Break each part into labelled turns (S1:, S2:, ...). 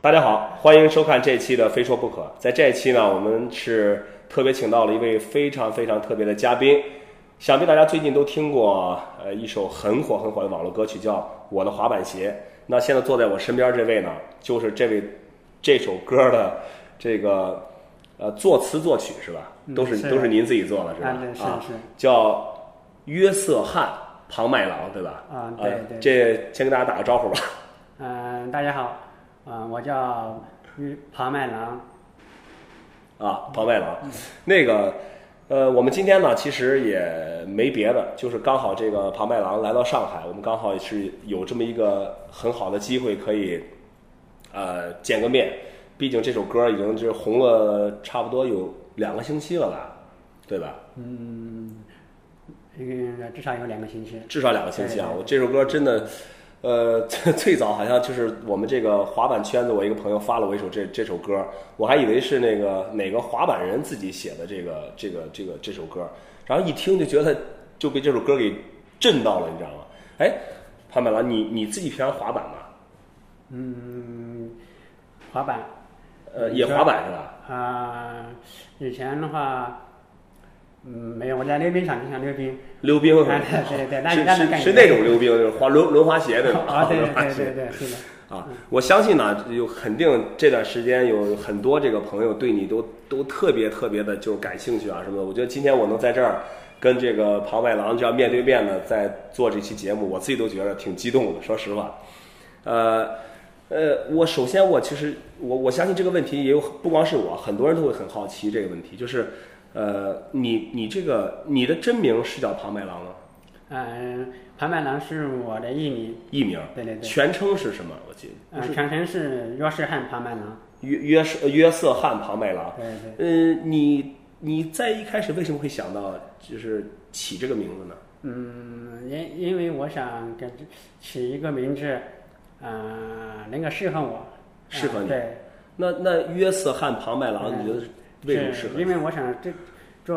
S1: 大家好，欢迎收看这期的《非说不可》。在这一期呢，我们是特别请到了一位非常非常特别的嘉宾。想必大家最近都听过呃一首很火很火的网络歌曲，叫《我的滑板鞋》。那现在坐在我身边这位呢，就是这位这首歌的这个呃作词作曲是吧？
S2: 嗯
S1: 都是,、
S2: 是
S1: 都是您自己做的是吧？
S2: 啊对是
S1: 啊
S2: 是
S1: 叫约瑟翰庞麦郎对吧？
S2: 啊
S1: 呃
S2: 对对
S1: 这先跟大家打个招呼吧。
S2: 嗯、大家好，嗯、我叫于庞麦郎，
S1: 啊，庞麦郎，那个，呃，我们今天呢，其实也没别的，就是刚好这个庞麦郎来到上海，我们刚好也是有这么一个很好的机会可以，呃，见个面。毕竟这首歌已经就是红了差不多有两个星期了吧，对吧？
S2: 嗯，至少有两个星期。
S1: 至少两个星期啊！
S2: 对
S1: 我这首歌真的，呃， 最最早好像就是我们这个滑板圈子，我一个朋友发了我一首这这首歌，我还以为是那个哪个滑板人自己写的这个这个这个这首歌，然后一听就觉得就被这首歌给震到了，你知道吗？哎，潘本郎，你你自己平常滑板吗？
S2: 嗯，滑板
S1: 呃，
S2: 你
S1: 也
S2: 说
S1: 滑板是吧？
S2: 啊、以前的话，嗯，没有，我在溜冰场经常溜冰。
S1: 溜冰是吧
S2: 啊？对对对那
S1: 是
S2: 那能
S1: 是
S2: 感
S1: 是
S2: 觉
S1: 那种溜冰，就是滑轮轮滑鞋那种
S2: 啊，对
S1: 轮滑
S2: 对
S1: 鞋
S2: 对对，是的。
S1: 啊，我相信呢，有肯定这段时间有很多这个朋友对你都都特别特别的，就是感兴趣啊什么的。我觉得今天我能在这儿跟这个庞麦郎这样面对面的在做这期节目，我自己都觉得挺激动的，说实话。呃呃，我首先我其实我我相信这个问题也有不光是我，很多人都会很好奇这个问题，就是呃，你你这个你的真名是叫庞麦郎吗？
S2: 嗯、庞麦郎是我的艺名，
S1: 艺名？
S2: 对对对
S1: 全称是什么？我记得
S2: 嗯、
S1: 不是
S2: 全称是约什汉庞麦郎。
S1: 约约瑟约瑟翰庞麦郎。
S2: 对对，
S1: 呃，你你在一开始为什么会想到就是起这个名字呢？
S2: 嗯，因因为我想给起一个名字，嗯、能够适合我。
S1: 适合
S2: 嗯
S1: 你
S2: 对。
S1: 那那约瑟翰庞麦郎，你觉得是为什么适合
S2: 是因为我想这做，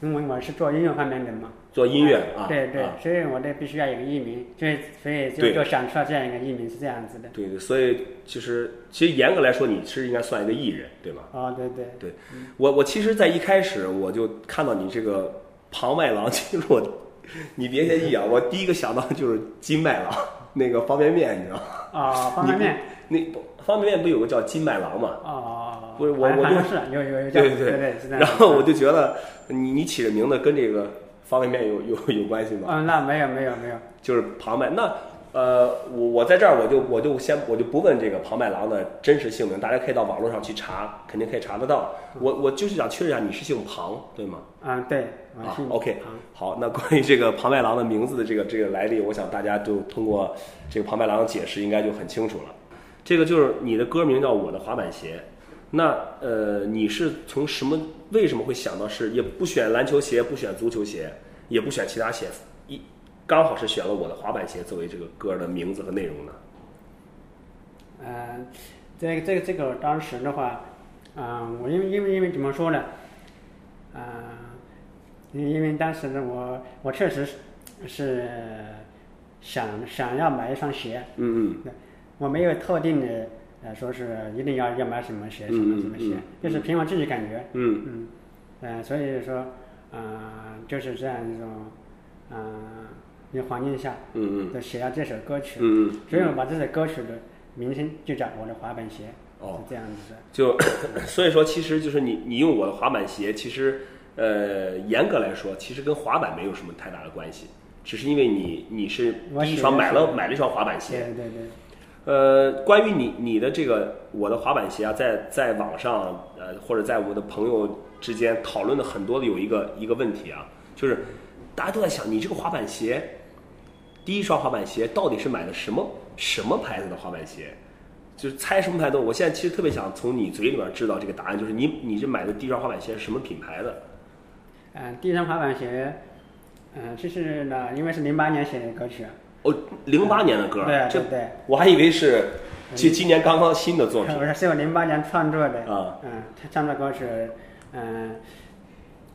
S2: 因为我是做音乐方面的嘛。
S1: 做音乐啊？
S2: 对对，
S1: 啊
S2: 所以我这必须要有个艺名，所以所以就
S1: 对
S2: 就想出来这样一个艺名是这样子的。
S1: 对对，所以其实其实严格来说，你是应该算一个艺人，对吗？
S2: 哦，对对，
S1: 对我我其实，在一开始我就看到你这个庞麦郎，其实我你别介意啊，我第一个想到就是金麦郎那个方便面，你知道吗？
S2: 哦，方便面，
S1: 那不方便面不有个叫金麦郎吗？
S2: 哦，
S1: 不是我
S2: 好像
S1: 我
S2: 好
S1: 就
S2: 像是有有有这
S1: 对
S2: 样，
S1: 对
S2: 对，是这样。
S1: 然后我就觉得你你起的名字跟这个方便面有有有关系吗？
S2: 嗯，那没有没有没有，
S1: 就是庞麦。那呃，我我在这儿我就我就先我就不问这个庞麦郎的真实姓名，大家可以到网络上去查，肯定可以查得到。我我就是想确认一下，你是姓庞对吗？
S2: 嗯，对，我
S1: 啊
S2: 是
S1: ，OK，
S2: 啊
S1: 好，那关于这个庞麦郎的名字的这个这个来历，我想大家就通过这个庞麦郎的解释，应该就很清楚了。这个就是你的歌名叫《我的滑板鞋》，那呃，你是从什么为什么会想到是也不选篮球鞋，不选足球鞋，也不选其他鞋，一刚好是选了《我的滑板鞋》作为这个歌的名字和内容呢？
S2: 嗯，这个这个这个当时的话，嗯、我因为因为因为怎么说呢，嗯、因因为当时呢，我我确实是是想想要买一双鞋，
S1: 嗯嗯，
S2: 我没有特定的呃说是一定要要买什么鞋什么什么鞋，
S1: 嗯嗯
S2: 就是凭我自己感觉，
S1: 嗯
S2: 嗯，呃，所以说，嗯、就是这样一种，嗯、一个环境下，
S1: 嗯嗯
S2: 就写了这首歌曲，
S1: 嗯嗯
S2: 所以我把这首歌曲的名称就叫我的滑板鞋，
S1: 哦
S2: 是这样子的，
S1: 就 所以说，其实就是你你用我的滑板鞋，其实呃，严格来说，其实跟滑板没有什么太大的关系，只是因为你你是
S2: 我
S1: 第一
S2: 喜
S1: 双
S2: 欢
S1: 买
S2: 是
S1: 了买了一双滑板鞋。
S2: 对对对，
S1: 呃，关于你你的这个我的滑板鞋啊，在在网上呃或者在我的朋友之间讨论的很多的有一个一个问题啊，就是大家都在想你这个滑板鞋，第一双滑板鞋到底是买的什么什么牌子的滑板鞋？就是猜什么牌子？我现在其实特别想从你嘴里面知道这个答案，就是你你这买的第一双滑板鞋是什么品牌的？
S2: 嗯、第一双滑板鞋，嗯、其实呢，因为是零八年写的歌曲啊，
S1: 哦，零八年的歌，
S2: 对啊
S1: 这
S2: 对对，
S1: 我还以为是今今年刚刚新的作品
S2: 我是是我零八年创作的，
S1: 啊
S2: 嗯，创作歌曲，嗯，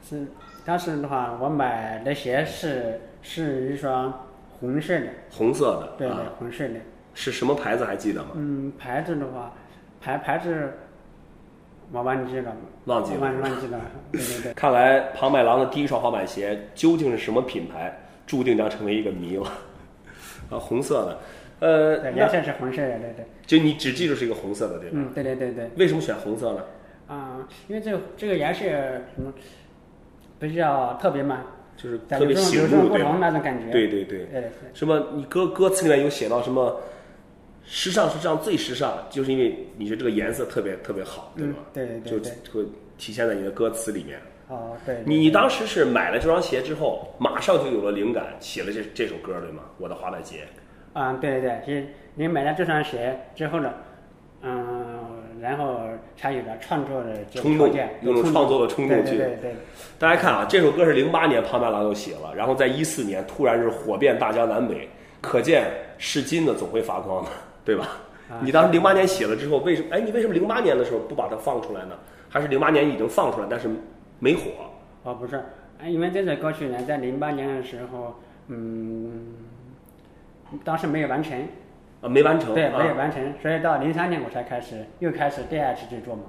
S2: 是当时的话，我买的鞋是是一双红色的，
S1: 红色的，
S2: 对对
S1: 啊，，
S2: 红色的，
S1: 是什么牌子还记得吗？
S2: 嗯，牌子的话，牌牌子我忘记了，
S1: 忘记了
S2: 忘忘记了，对对对，
S1: 看来庞麦郎的第一双滑板鞋究竟是什么品牌，注定将成为一个谜了。 啊，红色的，呃，
S2: 对
S1: 那
S2: 颜色是红色的，对对，
S1: 就你只记住是一个红色的，对吧？
S2: 嗯，对对对对，
S1: 为什么选红色呢？
S2: 啊、因为这个这个颜色什么比较特别嘛，
S1: 就是
S2: 对
S1: 特别
S2: 与众
S1: 醒
S2: 与众
S1: 目，
S2: 不
S1: 对吧？
S2: 同那种感觉，
S1: 对对对。
S2: 对对嗯
S1: 什么？你歌歌词里面有写到什么？时尚时尚最时尚，就是因为你觉得这个颜色特别特别好，对
S2: 嗯
S1: 吧？，
S2: 对对
S1: 就
S2: 对对，
S1: 会体现在你的歌词里面。
S2: 哦对，
S1: 你你当时是买了这双鞋之后，马上就有了灵感，写了这这首歌，对吗？我的滑板鞋。
S2: 啊、对对对，你你买了这双鞋之后呢，嗯，然后才有了创作的这个
S1: 冲
S2: 条
S1: 动
S2: 件
S1: 有种创作的冲动
S2: 对
S1: 去
S2: 对对对，
S1: 大家看啊，这首歌是零八年庞麦郎就写了，然后在一四年突然是火遍大江南北，可见是金的总会发光的，对吧？
S2: 啊
S1: 你当时零八年写了之后，为什么？哎，你为什么零八年的时候不把它放出来呢？还是零八年已经放出来，但是没火？
S2: 哦不是，啊因为这首歌曲呢，在零八年的时候，嗯，当时没有完成，
S1: 啊，没完成。
S2: 对，没有
S1: 啊，
S2: 完成，所以到零三年我才开始又开始第二次制作嘛，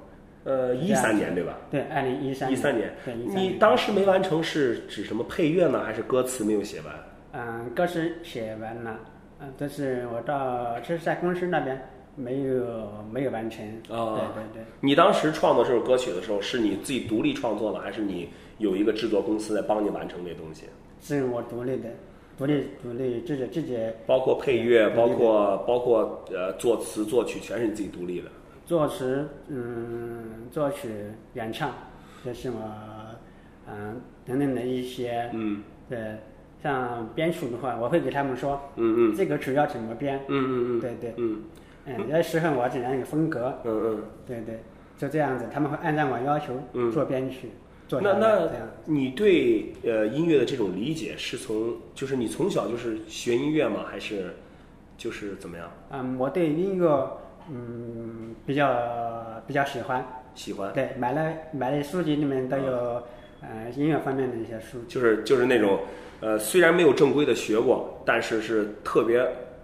S1: 呃，一三年对吧？
S2: 对，二零一三
S1: 一三年，
S2: 对，一三
S1: 你当时没完成是指什么配乐呢，还是歌词没有写完？
S2: 嗯，歌词写完了，嗯，但是我到这是在公司那边没有没有完成，
S1: 哦
S2: 对对对。
S1: 你当时创作这首歌曲的时候，是你自己独立创作呢，还是你有一个制作公司在帮你完成这东西？
S2: 是我独立的，独立独立自己自己
S1: 包括配乐，
S2: 对
S1: 包括包括呃作词作曲，全是你自己独立的。
S2: 作词，嗯，作曲、演唱，这是我嗯等等的一些
S1: 嗯
S2: 对，像编曲的话，我会给他们说，
S1: 嗯嗯
S2: 这个曲要怎么编，
S1: 嗯嗯
S2: 对对，
S1: 嗯
S2: 嗯，要适合我怎样一个风格，
S1: 嗯嗯
S2: 对对，就这样子，他们会按照我要求
S1: 嗯
S2: 做编曲，做
S1: 嗯。那
S2: 下来
S1: 那
S2: 这样，
S1: 你对呃音乐的这种理解是从就是你从小就是学音乐吗？还是就是怎么样
S2: 嗯，我对音乐嗯比较比较喜欢。
S1: 喜欢？嗯
S2: 对，买了买了书籍里面都有，呃，音乐方面的一些书。
S1: 就是就是那种呃虽然没有正规的学过，但是是特别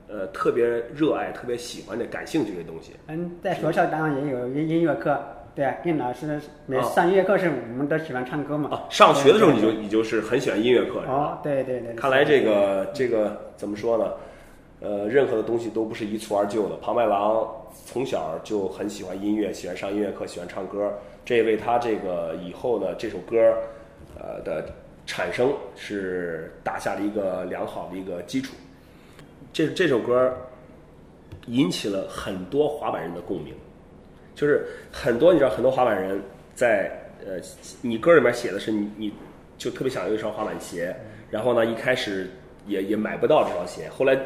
S1: 呃特别热爱、特别喜欢的、感兴趣的东西。
S2: 嗯，在学校当然也有音音乐课，对啊，跟老师每
S1: 哦
S2: 上音乐课时，我们都喜欢唱歌嘛。
S1: 啊，上学的时候你就你就是很喜欢音乐课，
S2: 哦，对对对。
S1: 看来这个这个怎么说呢？呃，任何的东西都不是一蹴而就的。庞麦郎从小就很喜欢音乐，喜欢上音乐课，喜欢唱歌，这也为他这个以后呢这首歌，呃的产生是打下了一个良好的一个基础。这这首歌引起了很多滑板人的共鸣，就是很多你知道很多滑板人在呃，你歌里面写的是你你就特别想要一双滑板鞋，然后呢一开始也也买不到这双鞋，后来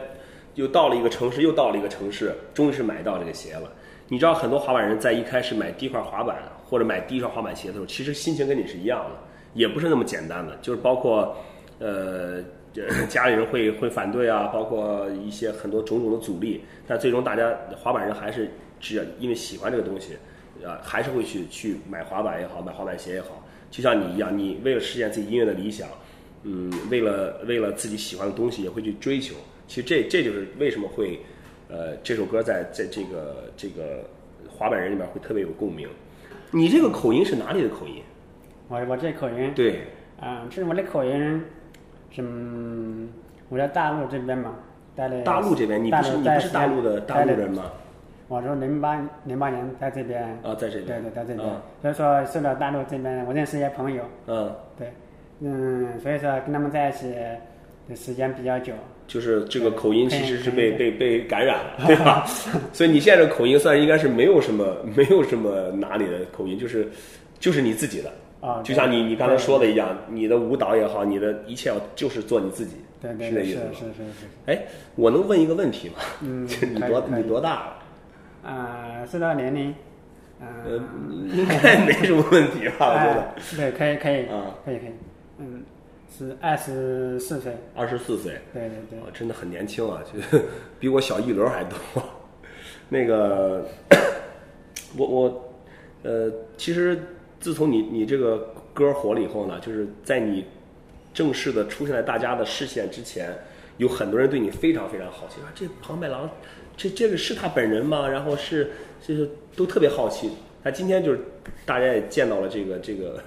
S1: 又到了一个城市，又到了一个城市，终于是买到这个鞋了。你知道很多滑板人在一开始买第一块滑板或者买第一双滑板鞋的时候，其实心情跟你是一样的，也不是那么简单的，就是包括呃。呃 家里人会会反对啊，包括一些很多种种的阻力，但最终大家滑板人还是只要因为喜欢这个东西，啊，还是会去去买滑板也好，买滑板鞋也好，就像你一样，你为了实现自己音乐的理想，嗯，为了为了自己喜欢的东西也会去追求。其实这这就是为什么会，呃，这首歌在在这个这个滑板人里面会特别有共鸣。你这个口音是哪里的口音？
S2: 我我这口音，
S1: 对，
S2: 啊，是我的口音，是嗯，我在大陆这边嘛，待了。
S1: 大陆这边，你不是你不是大陆的大陆人？
S2: 在
S1: 吗？
S2: 我说零八零八年在这边。
S1: 啊，在这边，
S2: 对对，在这边
S1: 嗯，
S2: 所以说受到大陆这边，我认识一些朋友，
S1: 嗯，
S2: 对，嗯，所以说跟他们在一起的时间比较久。
S1: 就是这个口音其实是被
S2: 嗯
S1: 被被感染了，对吧？ 所以你现在这口音算应该是没有什么没有什么哪里的口音，就是就是你自己的。
S2: 啊，
S1: 就像你你刚才说
S2: 的，
S1: 的一样，你的舞蹈也好，你的一切要就是做你自己，
S2: 对对
S1: 是这
S2: 对，
S1: 意
S2: 是
S1: 思吗？
S2: 是是是，
S1: 哎，我能问一个问题吗？
S2: 嗯
S1: 你
S2: 可以
S1: 多
S2: 可以
S1: 你多大了？
S2: 啊，说到年龄，
S1: 呃
S2: 嗯，，
S1: 应该 没什么问题吧？我觉得
S2: 哎对，可以可以
S1: 啊，
S2: 可以可以，嗯，是二十四岁，
S1: 二十四岁，
S2: 对对对，
S1: 啊，真的很年轻啊，就比我小一轮还多。 那个， 我我呃，其实自从你你这个歌火了以后呢，就是在你正式的出现在大家的视线之前，有很多人对你非常非常好奇，啊，这庞麦郎，这这个是他本人吗？然后是就是都特别好奇。那今天就是大家也见到了这个这个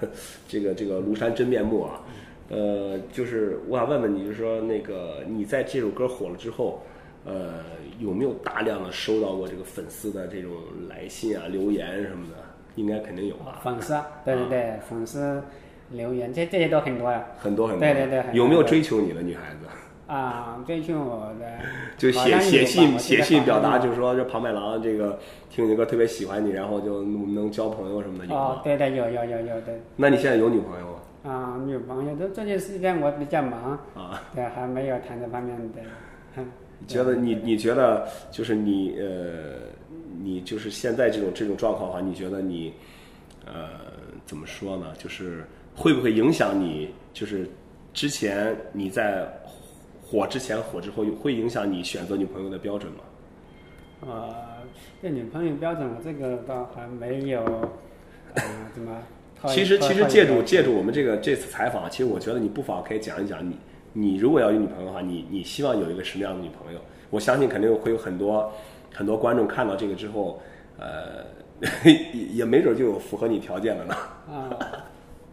S1: 这个这个庐山真面目啊。呃，就是我想问问你，就是说那个你在这首歌火了之后，呃，有没有大量的收到过这个粉丝的这种来信啊、留言什么的？应该肯定有吧？
S2: 粉丝啊，对对对，粉丝留言，这这些都很多呀。
S1: 很多很多。
S2: 对对对很多
S1: 有没有追求你的女孩子？
S2: 啊，追求我的
S1: 就
S2: 好
S1: 写
S2: 像有
S1: 写
S2: 吧
S1: 信
S2: 我记
S1: 写
S2: 得
S1: 信
S2: 好
S1: 表
S2: 像
S1: 达，
S2: 有
S1: 就是说这庞麦郎这个听你的歌特别喜欢你，然后就能能交朋友什么的有
S2: 哦
S1: 吗，？
S2: 对对，有有有有的。
S1: 那你现在有女朋友吗？
S2: 啊、女朋友，这这件事情我比较忙，
S1: 啊，
S2: 对，还没有谈这方面的。哼
S1: 你觉得你你觉得就是你呃，你就是现在这种这种状况的话，你觉得你呃怎么说呢？就是会不会影响你？就是之前你在火之前火之后，有会影响你选择女朋友的标准吗？
S2: 呃，这女朋友标准，我这个倒还没有，呃，怎么套一？
S1: 其实
S2: 套
S1: 其
S2: 套
S1: 实
S2: 一
S1: 借
S2: 个
S1: 助借助我们这个这次采访，其实我觉得你不妨可以讲一讲你你如果要有女朋友的话，你你希望有一个什么样的女朋友？我相信肯定会有很多很多观众看到这个之后，呃， 也也没准就有符合你条件的呢。
S2: 啊、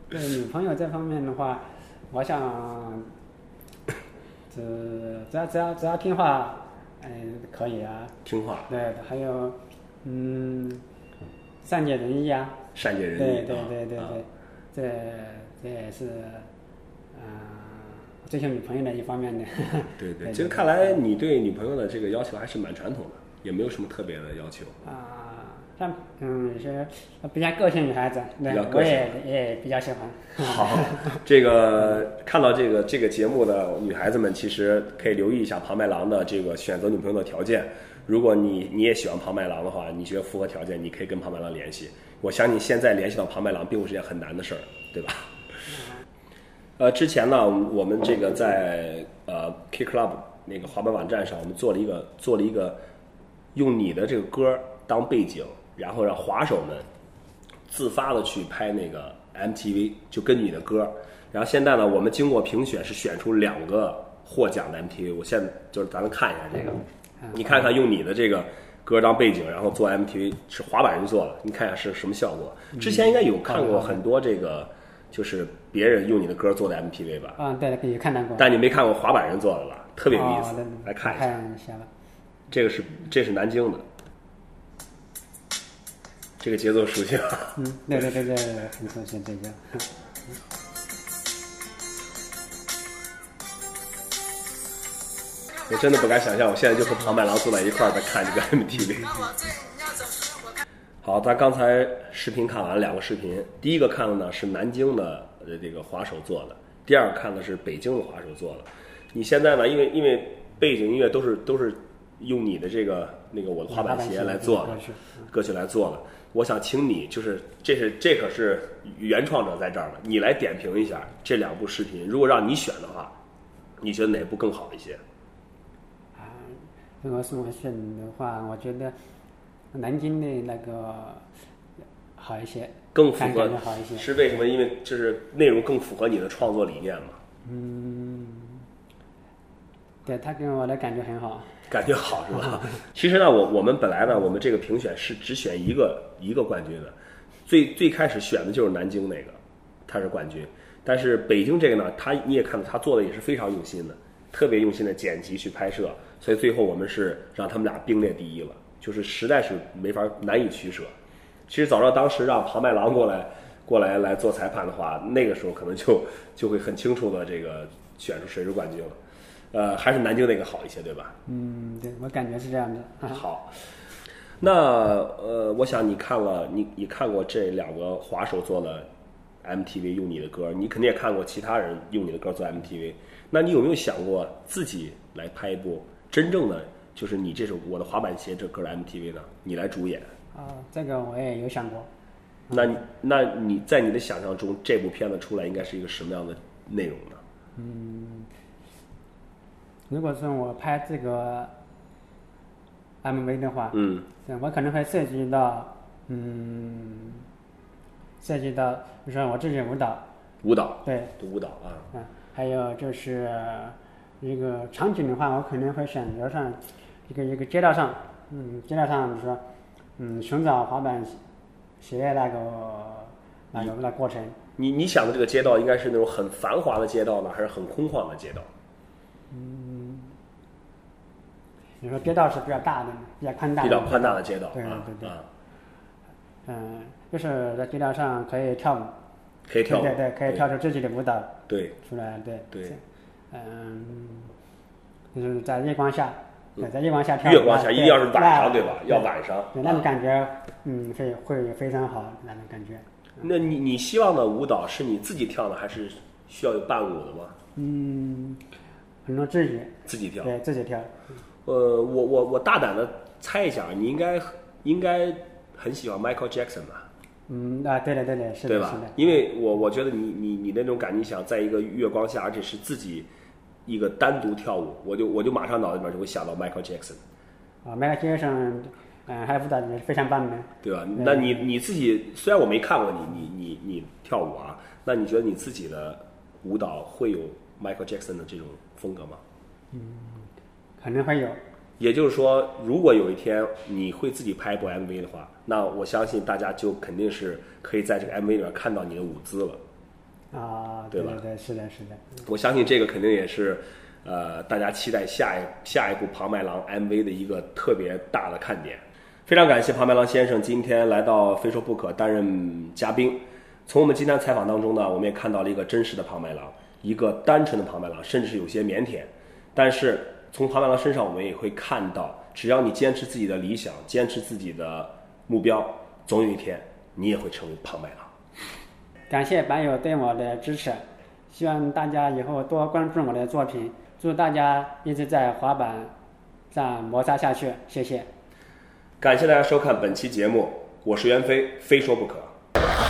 S2: 对女朋友这方面的话，我想，只只要只要只要听话，嗯、可以啊。
S1: 听话，
S2: 对，还有，嗯，善解人意啊。
S1: 善解人
S2: 对
S1: 意，
S2: 对
S1: 啊
S2: 对对
S1: 啊
S2: 对，这这也是，啊、追求女朋友的一方面的。
S1: 对对，
S2: 对
S1: 其实看来你对女朋友的这个要求还是蛮传统的，也没有什么特别的要求。
S2: 啊，像嗯，有些比较个性女孩子，对
S1: 比较，个
S2: 我
S1: 性
S2: 也也比较喜欢。
S1: 好，这个看到这个这个节目的女孩子们，其实可以留意一下庞麦郎的这个选择女朋友的条件。如果你你也喜欢庞麦郎的话，你觉得符合条件，你可以跟庞麦郎联系。我相信现在联系到庞麦郎并不是件很难的事儿，对吧？ 呃，之前呢，我们这个在呃 K Club 那个滑板网站上，我们做了一个做了一个用你的这个歌当背景，然后让滑手们自发的去拍那个 MTV，就根据你的歌。然后现在呢，我们经过评选是选出两个获奖的 MTV。我现在就是咱们看一下这个，你看看用你的这个歌当背景，然后做 MTV 是滑板人做的，你看一下是什么效果。之前应该有看过很多这个，就是别人用你的歌做的 MTV 吧，
S2: 啊，对，也看到过。
S1: 但你没看过滑板人做的吧？特别有意思
S2: 哦、，
S1: 来看一下。
S2: 看一下吧。
S1: 这个是这是南京的，这个节奏熟悉吧？
S2: 嗯，对对对对，很熟悉这个。
S1: 我真的不敢想象，我现在就和庞麦郎坐在一块儿在看这个 MTV。好，咱刚才视频看完两个视频，第一个看的呢是南京的呃这个滑手做的，第二个看的是北京的滑手做的。你现在呢，因为因为背景音乐都是都是用你的这个那个我的滑板鞋来做的
S2: 我，去
S1: 歌曲来做的。我想请你，就是这是这可是原创者在这儿了，你来点评一下这两部视频。如果让你选的话，你觉得哪部更好一些？
S2: 啊，如果是我选的话，我觉得南京的那个好一些，
S1: 更符
S2: 感
S1: 合
S2: 感觉好一些。
S1: 是为什么？因为就是内容更符合你的创作理念嘛，
S2: 对他给我的感觉很好。
S1: 感觉好是吧？ 其实呢，我我们本来呢，我们这个评选是只选一个一个冠军的，最最开始选的就是南京那个，他是冠军。但是北京这个呢，他你也看到他做的也是非常用心的，特别用心的剪辑去拍摄，所以最后我们是让他们俩并列第一了，就是实在是没法难以取舍。其实早知道当时让庞麦郎过来过来来做裁判的话，那个时候可能就就会很清楚的这个选出谁是冠军了。呃，还是南京那个好一些，对吧？
S2: 嗯，对我感觉是这样的。啊，
S1: 好，那呃，我想你看了，你你看过这两个滑手做的 MTV 用你的歌，你肯定也看过其他人用你的歌做 MTV。那你有没有想过自己来拍一部真正的，就是你这首《我的滑板鞋》这歌的 MTV 呢？你来主演？
S2: 啊，这个我也有想过。
S1: 那你那你在你的想象中，这部片子出来应该是一个什么样的内容呢？
S2: 如果是我拍这个 MV 的话，
S1: 嗯，
S2: 对我可能会涉及到，嗯，涉及到，比如说我自己舞蹈，
S1: 舞蹈，
S2: 对，
S1: 舞蹈啊，
S2: 嗯，还有就是，一个场景的话，我可能会选择上一个一个街道上，嗯，街道上比如说，嗯，寻找滑板鞋那个那个那过程，
S1: 你你想的这个街道应该是那种很繁华的街道呢，还是很空旷的街道？
S2: 你说街道是比较大的，比较宽大的，
S1: 比较宽大的街道
S2: 对
S1: 啊
S2: 对对
S1: 啊，
S2: 嗯，就是在街道上可以跳舞，
S1: 可以跳舞，
S2: 对对，对可以跳出自己的舞蹈
S1: 对
S2: 出来，对
S1: 对，
S2: 嗯，就是在月光下，对，在月光下跳
S1: 对，
S2: 舞，啊
S1: 月光下
S2: 对
S1: 一定要是晚上对吧？
S2: 那
S1: 要晚上。啊
S2: 对，那种感觉，嗯，会会非常好，那种感觉。
S1: 那你你希望的舞蹈是你自己跳呢，还是需要有伴舞的吗？
S2: 嗯，很多自己
S1: 自己跳。
S2: 对自己跳，
S1: 呃，我我我大胆的猜一下，啊你应该应该很喜欢 Michael Jackson 吧？
S2: 嗯啊，对的对的，是
S1: 对
S2: 的
S1: 吧
S2: 是的，？
S1: 因为我我觉得你你你那种感觉，你想在一个月光下，而且是自己一个单独跳舞，我就我就马上脑子里面就会想到 Michael Jackson，
S2: 啊，迈克先生，嗯，还有舞蹈也是非常棒的。
S1: 对吧？
S2: 嗯
S1: 那你你自己虽然我没看过你你你你跳舞啊，那你觉得你自己的舞蹈会有 Michael Jackson 的这种风格吗？
S2: 可能会有，
S1: 也就是说，如果有一天你会自己拍一部 MV 的话，那我相信大家就肯定是可以在这个 MV 里面看到你的舞姿了。
S2: 啊，
S1: 对
S2: 对
S1: 吧
S2: 对对，是的，是的，
S1: 我相信这个肯定也是，呃，大家期待下一下一部庞麦郎 MV 的一个特别大的看点。非常感谢庞麦郎先生今天来到《非说不可》担任嘉宾。从我们今天采访当中呢，我们也看到了一个真实的庞麦郎，一个单纯的庞麦郎，甚至是有些腼腆。但是从庞麦郎身上，我们也会看到，只要你坚持自己的理想，坚持自己的目标，总有一天你也会成为庞麦郎。
S2: 感谢版友对我的支持，希望大家以后多关注我的作品，祝大家一直在滑板上摩擦下去，谢谢。
S1: 感谢大家收看本期节目，我是袁飞，非说不可。